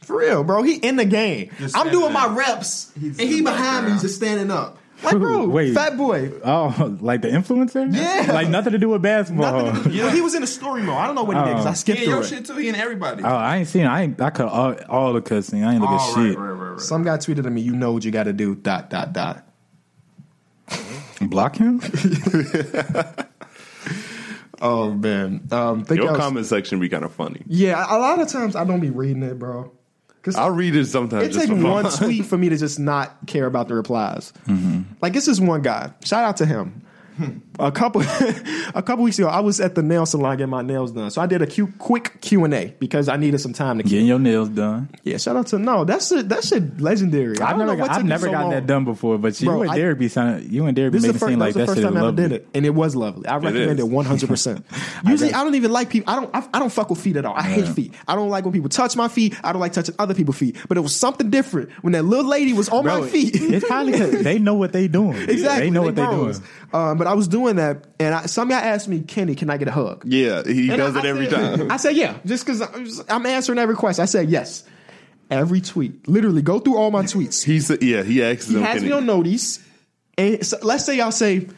Speaker 1: For real, bro. He in the game.
Speaker 2: Just
Speaker 1: I'm
Speaker 2: standing
Speaker 1: doing my
Speaker 2: up.
Speaker 1: reps,
Speaker 2: He's
Speaker 1: and he
Speaker 2: in the
Speaker 1: behind me
Speaker 2: background.
Speaker 1: just standing up. Like, bro,
Speaker 5: Wait.
Speaker 1: fat boy.
Speaker 5: Oh, like the influencer?
Speaker 1: Yeah.
Speaker 5: Like nothing to do with basketball.
Speaker 1: Nothing to
Speaker 4: Oh.
Speaker 1: do- Well, he was in a story mode. I don't know what he did because I
Speaker 2: he
Speaker 1: skipped
Speaker 2: in your
Speaker 1: through it.
Speaker 2: shit too. He and everybody.
Speaker 5: Oh, I ain't seen. I ain't. I cut all, all the cussing. I ain't look at
Speaker 2: All right,
Speaker 5: shit.
Speaker 2: right, right, right.
Speaker 1: Some guy tweeted at me, "You know what you got to do." Dot dot dot.
Speaker 5: Block him.
Speaker 1: Oh man, um, think I
Speaker 4: Your
Speaker 1: was-
Speaker 4: comment section be kind of funny.
Speaker 1: Yeah, a lot of times I don't be reading it, bro. Cause
Speaker 4: I'll read it sometimes.
Speaker 1: it
Speaker 4: just
Speaker 1: takes
Speaker 4: for fun.
Speaker 1: one tweet for me to just not care about the replies.
Speaker 4: Mm-hmm.
Speaker 1: Like this is one guy. Shout out to him.
Speaker 2: Hmm.
Speaker 1: A couple, a couple weeks ago, I was at the nail salon getting my nails done, so I did a Q, quick Q and A because I needed some time to. Yeah.
Speaker 5: Getting your nails done.
Speaker 1: yeah, shout out to no, that's it. That shit legendary. I don't
Speaker 5: I've never.
Speaker 1: know what
Speaker 5: Got, I've
Speaker 1: took me
Speaker 5: never
Speaker 1: so
Speaker 5: gotten
Speaker 1: long.
Speaker 5: that done before. But you
Speaker 1: Bro,
Speaker 5: and
Speaker 1: I-
Speaker 5: Derek be sounding. You and Derek be
Speaker 1: This is
Speaker 5: making
Speaker 1: the
Speaker 5: it
Speaker 1: first, that was
Speaker 5: seem like
Speaker 1: the
Speaker 5: that
Speaker 1: first
Speaker 5: shit is
Speaker 1: time I ever
Speaker 5: lovely.
Speaker 1: did it, and it was lovely. I recommend
Speaker 4: is.
Speaker 1: it one hundred percent. Usually, I don't even like people. I don't. I, I don't fuck with feet at all. I hate feet. I don't like when people touch my feet. I don't like touching other people's feet. But it was something different when that little lady was on
Speaker 5: Bro,
Speaker 1: my feet.
Speaker 5: it's probably because they know what they doing.
Speaker 1: exactly.
Speaker 5: They know what they doing.
Speaker 1: bros. Um, but I was doing that, and I, some guy asked me, "Kenny, can I get a hug?"
Speaker 4: Yeah, he
Speaker 1: And
Speaker 4: does
Speaker 1: I-
Speaker 4: it
Speaker 1: I
Speaker 4: every
Speaker 1: said-
Speaker 4: time.
Speaker 1: I said, yeah, just because I'm answering every question. I said, yes. Every tweet. Literally, go through all my tweets.
Speaker 4: He said, yeah, he asks
Speaker 1: He
Speaker 4: them.
Speaker 1: has
Speaker 4: can
Speaker 1: me
Speaker 4: he-
Speaker 1: on notice. And so, let's say y'all say,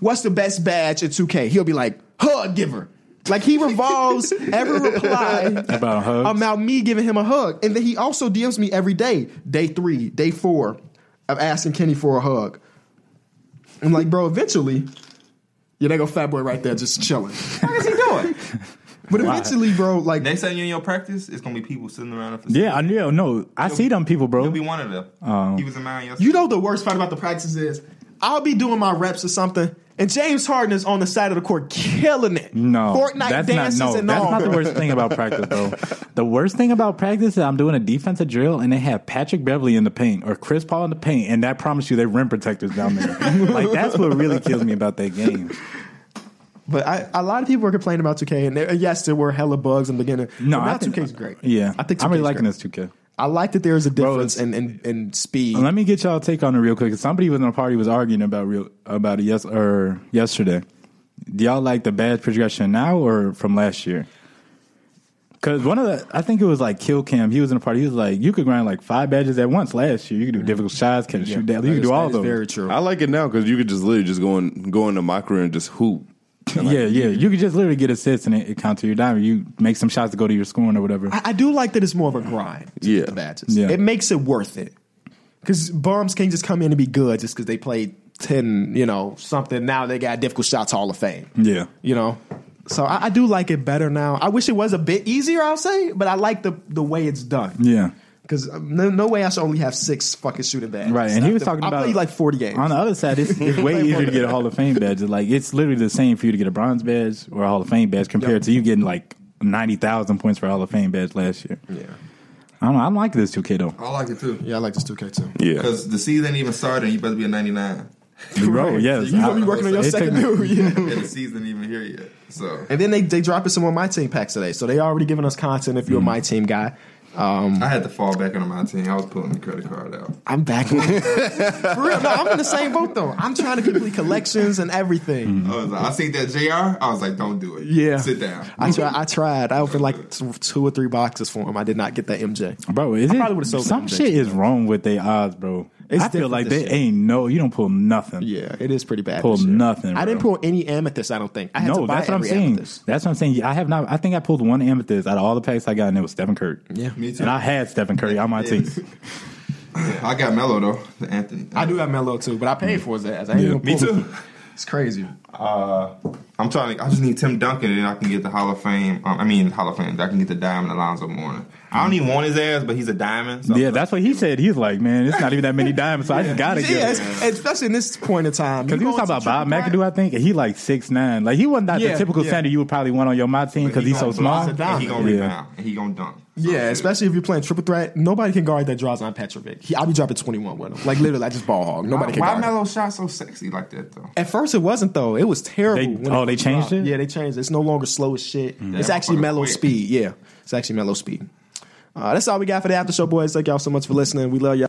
Speaker 1: "What's the best badge at 2K?" He'll be like, "Hug giver." Like he revolves every reply
Speaker 5: About hugs?
Speaker 1: about me giving him a hug, and then he also DMs me every day, day three, day four, of asking Kenny for a hug. I'm like, bro, eventually, yeah, they go fat boy right there, just chilling. What is he doing? But eventually, bro, like
Speaker 2: Next time you're in your practice, it's gonna be people sitting around. The facility.
Speaker 5: Yeah, I know. No, I see them people,
Speaker 2: He'll
Speaker 5: bro.
Speaker 1: Um,
Speaker 2: be one of them. he was a man yesterday.
Speaker 1: You know the worst part about the practice is I'll be doing my reps or something, and James Harden is on the side of the court killing it.
Speaker 5: No,
Speaker 1: Fortnite
Speaker 5: that's
Speaker 1: dances
Speaker 5: not, no,
Speaker 1: and
Speaker 5: that's
Speaker 1: all.
Speaker 5: not the worst thing about practice, though. The worst thing about practice is I'm doing a defensive drill and they have Patrick Beverly in the paint or Chris Paul in the paint, and I promise you, they rim protectors down there. like that's what really kills me about that game.
Speaker 1: But I, a lot of people were complaining about 2K, and there, yes, there were hella bugs in the beginning.
Speaker 5: No,
Speaker 1: but
Speaker 5: I
Speaker 1: not
Speaker 5: think-
Speaker 1: 2K's great.
Speaker 5: Yeah,
Speaker 1: I think
Speaker 5: I'm really
Speaker 1: 2K's
Speaker 5: liking
Speaker 1: great.
Speaker 5: this 2K.
Speaker 1: I like that there is a difference
Speaker 5: it's-
Speaker 1: in, in, in speed.
Speaker 5: Let me get y'all take on it real quick. Somebody was in a party was arguing about real about it yes or yesterday. Do y'all like the badge progression now or from last year? Because one of the, I think it was like Kill Cam. He was in a party. He was like, you could grind like five badges at once last year. You could do difficult shots, can shoot down. You
Speaker 1: Mm-hmm. That
Speaker 5: could
Speaker 1: is-
Speaker 5: do
Speaker 1: that
Speaker 5: all
Speaker 1: is
Speaker 5: those.
Speaker 1: Very true.
Speaker 4: I like it now because you could just literally just go in, go in the micro and just hoop.
Speaker 5: yeah, yeah. You could just literally get assists and it, it counts to your dime. You make some shots to go to your scoring or whatever.
Speaker 1: I, I do like that it's more of a grind. to
Speaker 4: Yeah.
Speaker 1: get the badges.
Speaker 5: Yeah.
Speaker 1: It makes it worth it. Because bums can't just come in and be good just because they played ten, you know, something. Now they got difficult shots Hall of Fame.
Speaker 5: yeah.
Speaker 1: You know, so I, I do like it better now. I wish it was a bit easier, I'll say, but I like the the way it's done.
Speaker 5: Yeah.
Speaker 1: Because no, no way I should only have six fucking shooting badges.
Speaker 5: Right, and he was
Speaker 1: I-
Speaker 5: talking
Speaker 1: I
Speaker 5: about-
Speaker 1: played like forty games.
Speaker 5: On the other side, it's, it's way easier to get a Hall of Fame badge. Like it's literally the same for you to get a bronze badge or a Hall of Fame badge compared to you getting like ninety thousand points for a Hall of Fame badge last year. Yeah, I don't know. I'm liking this two K though,
Speaker 2: I like it too.
Speaker 1: yeah, I like this two K too.
Speaker 4: Yeah,
Speaker 2: Because the season ain't even started and you better be a 99.
Speaker 5: bro. Yes,
Speaker 1: You
Speaker 5: I-
Speaker 1: gonna be working on your
Speaker 5: it took
Speaker 1: second
Speaker 5: me-
Speaker 1: new. Yeah.
Speaker 2: and the season ain't even here yet. So
Speaker 1: And then they they dropping some of my team packs today, so they already giving us content. If you're a
Speaker 5: Mm.
Speaker 1: my team guy,
Speaker 2: I had to fall back on my team. I was pulling the credit card out.
Speaker 1: I'm back. For real, no, I'm in the same boat though. I'm trying to complete collections and everything.
Speaker 5: Mm.
Speaker 2: I was like, I seen that JR. I was like, don't do it.
Speaker 1: Yeah.
Speaker 2: Sit down.
Speaker 1: I tried. I tried. I opened like t- two or three boxes for him. I did not get that MJ.
Speaker 5: bro. Is
Speaker 1: probably
Speaker 5: it
Speaker 1: would've sold
Speaker 5: some
Speaker 1: that
Speaker 5: shit
Speaker 1: bitch,
Speaker 5: is wrong with they odds, bro?
Speaker 1: It's
Speaker 5: I feel
Speaker 1: different
Speaker 5: like
Speaker 1: this
Speaker 5: they
Speaker 1: year.
Speaker 5: ain't no. You don't pull nothing.
Speaker 1: Yeah, it is pretty bad.
Speaker 5: Pull
Speaker 1: this year.
Speaker 5: nothing,
Speaker 1: I didn't
Speaker 5: bro.
Speaker 1: pull any amethyst. I don't think. I had
Speaker 5: No,
Speaker 1: to buy
Speaker 5: that's what I'm
Speaker 1: every
Speaker 5: saying.
Speaker 1: amethyst.
Speaker 5: That's what I'm saying. I have not. I think I pulled one amethyst out of all the packs I got, and it was Stephen Curry.
Speaker 1: Yeah.
Speaker 2: Me too.
Speaker 5: and I had Stephen Curry on my team.
Speaker 2: I got Melo though. The Anthony.
Speaker 1: I do have Melo too, but I paid for his ass. I ain't
Speaker 5: Yeah.
Speaker 1: gonna
Speaker 2: Me
Speaker 1: pull it.
Speaker 2: too.
Speaker 1: It's crazy.
Speaker 2: Uh, I'm trying. To, I just need Tim Duncan, and then I can get the Hall of Fame. Um, I mean, Hall of Fame. I can get the Diamond Alonzo Mourning. I don't even want his ass, but he's a diamond. So
Speaker 5: Yeah, that's what he said. He's like, man, it's not even that many diamonds, so I just gotta
Speaker 1: Yeah,
Speaker 5: get it.
Speaker 1: it's- especially in this point in time.
Speaker 5: Because he was talking about Bob McAdoo, I think, and he like six nine. Like he wasn't not
Speaker 1: Yeah,
Speaker 5: the typical
Speaker 1: yeah.
Speaker 5: center you would probably want on your my team because
Speaker 2: He
Speaker 5: he's so
Speaker 2: gonna
Speaker 5: small.
Speaker 2: block, And he gonna
Speaker 5: Yeah.
Speaker 2: rebound. And he gonna dunk. So
Speaker 1: Yeah,
Speaker 2: shit.
Speaker 1: especially if you're playing triple threat, nobody can guard that draws on Petrovic. He, I'll be dropping 21 with him. Like literally, I just ball hog. Nobody can
Speaker 2: Why
Speaker 1: guard. him.
Speaker 2: Melo shot so sexy like that though?
Speaker 1: At first, it wasn't though. It was terrible.
Speaker 5: They-
Speaker 1: when
Speaker 5: oh,
Speaker 1: it
Speaker 5: they changed
Speaker 1: dropped.
Speaker 5: it? Mm.
Speaker 1: Yeah, they changed. it. It's no longer slow as shit. It's
Speaker 2: Yeah,
Speaker 1: actually mellow
Speaker 2: quick.
Speaker 1: speed. Yeah, it's actually mellow speed. Uh, that's all we got for the after show, boys. Thank y'all so much for listening. We love y'all.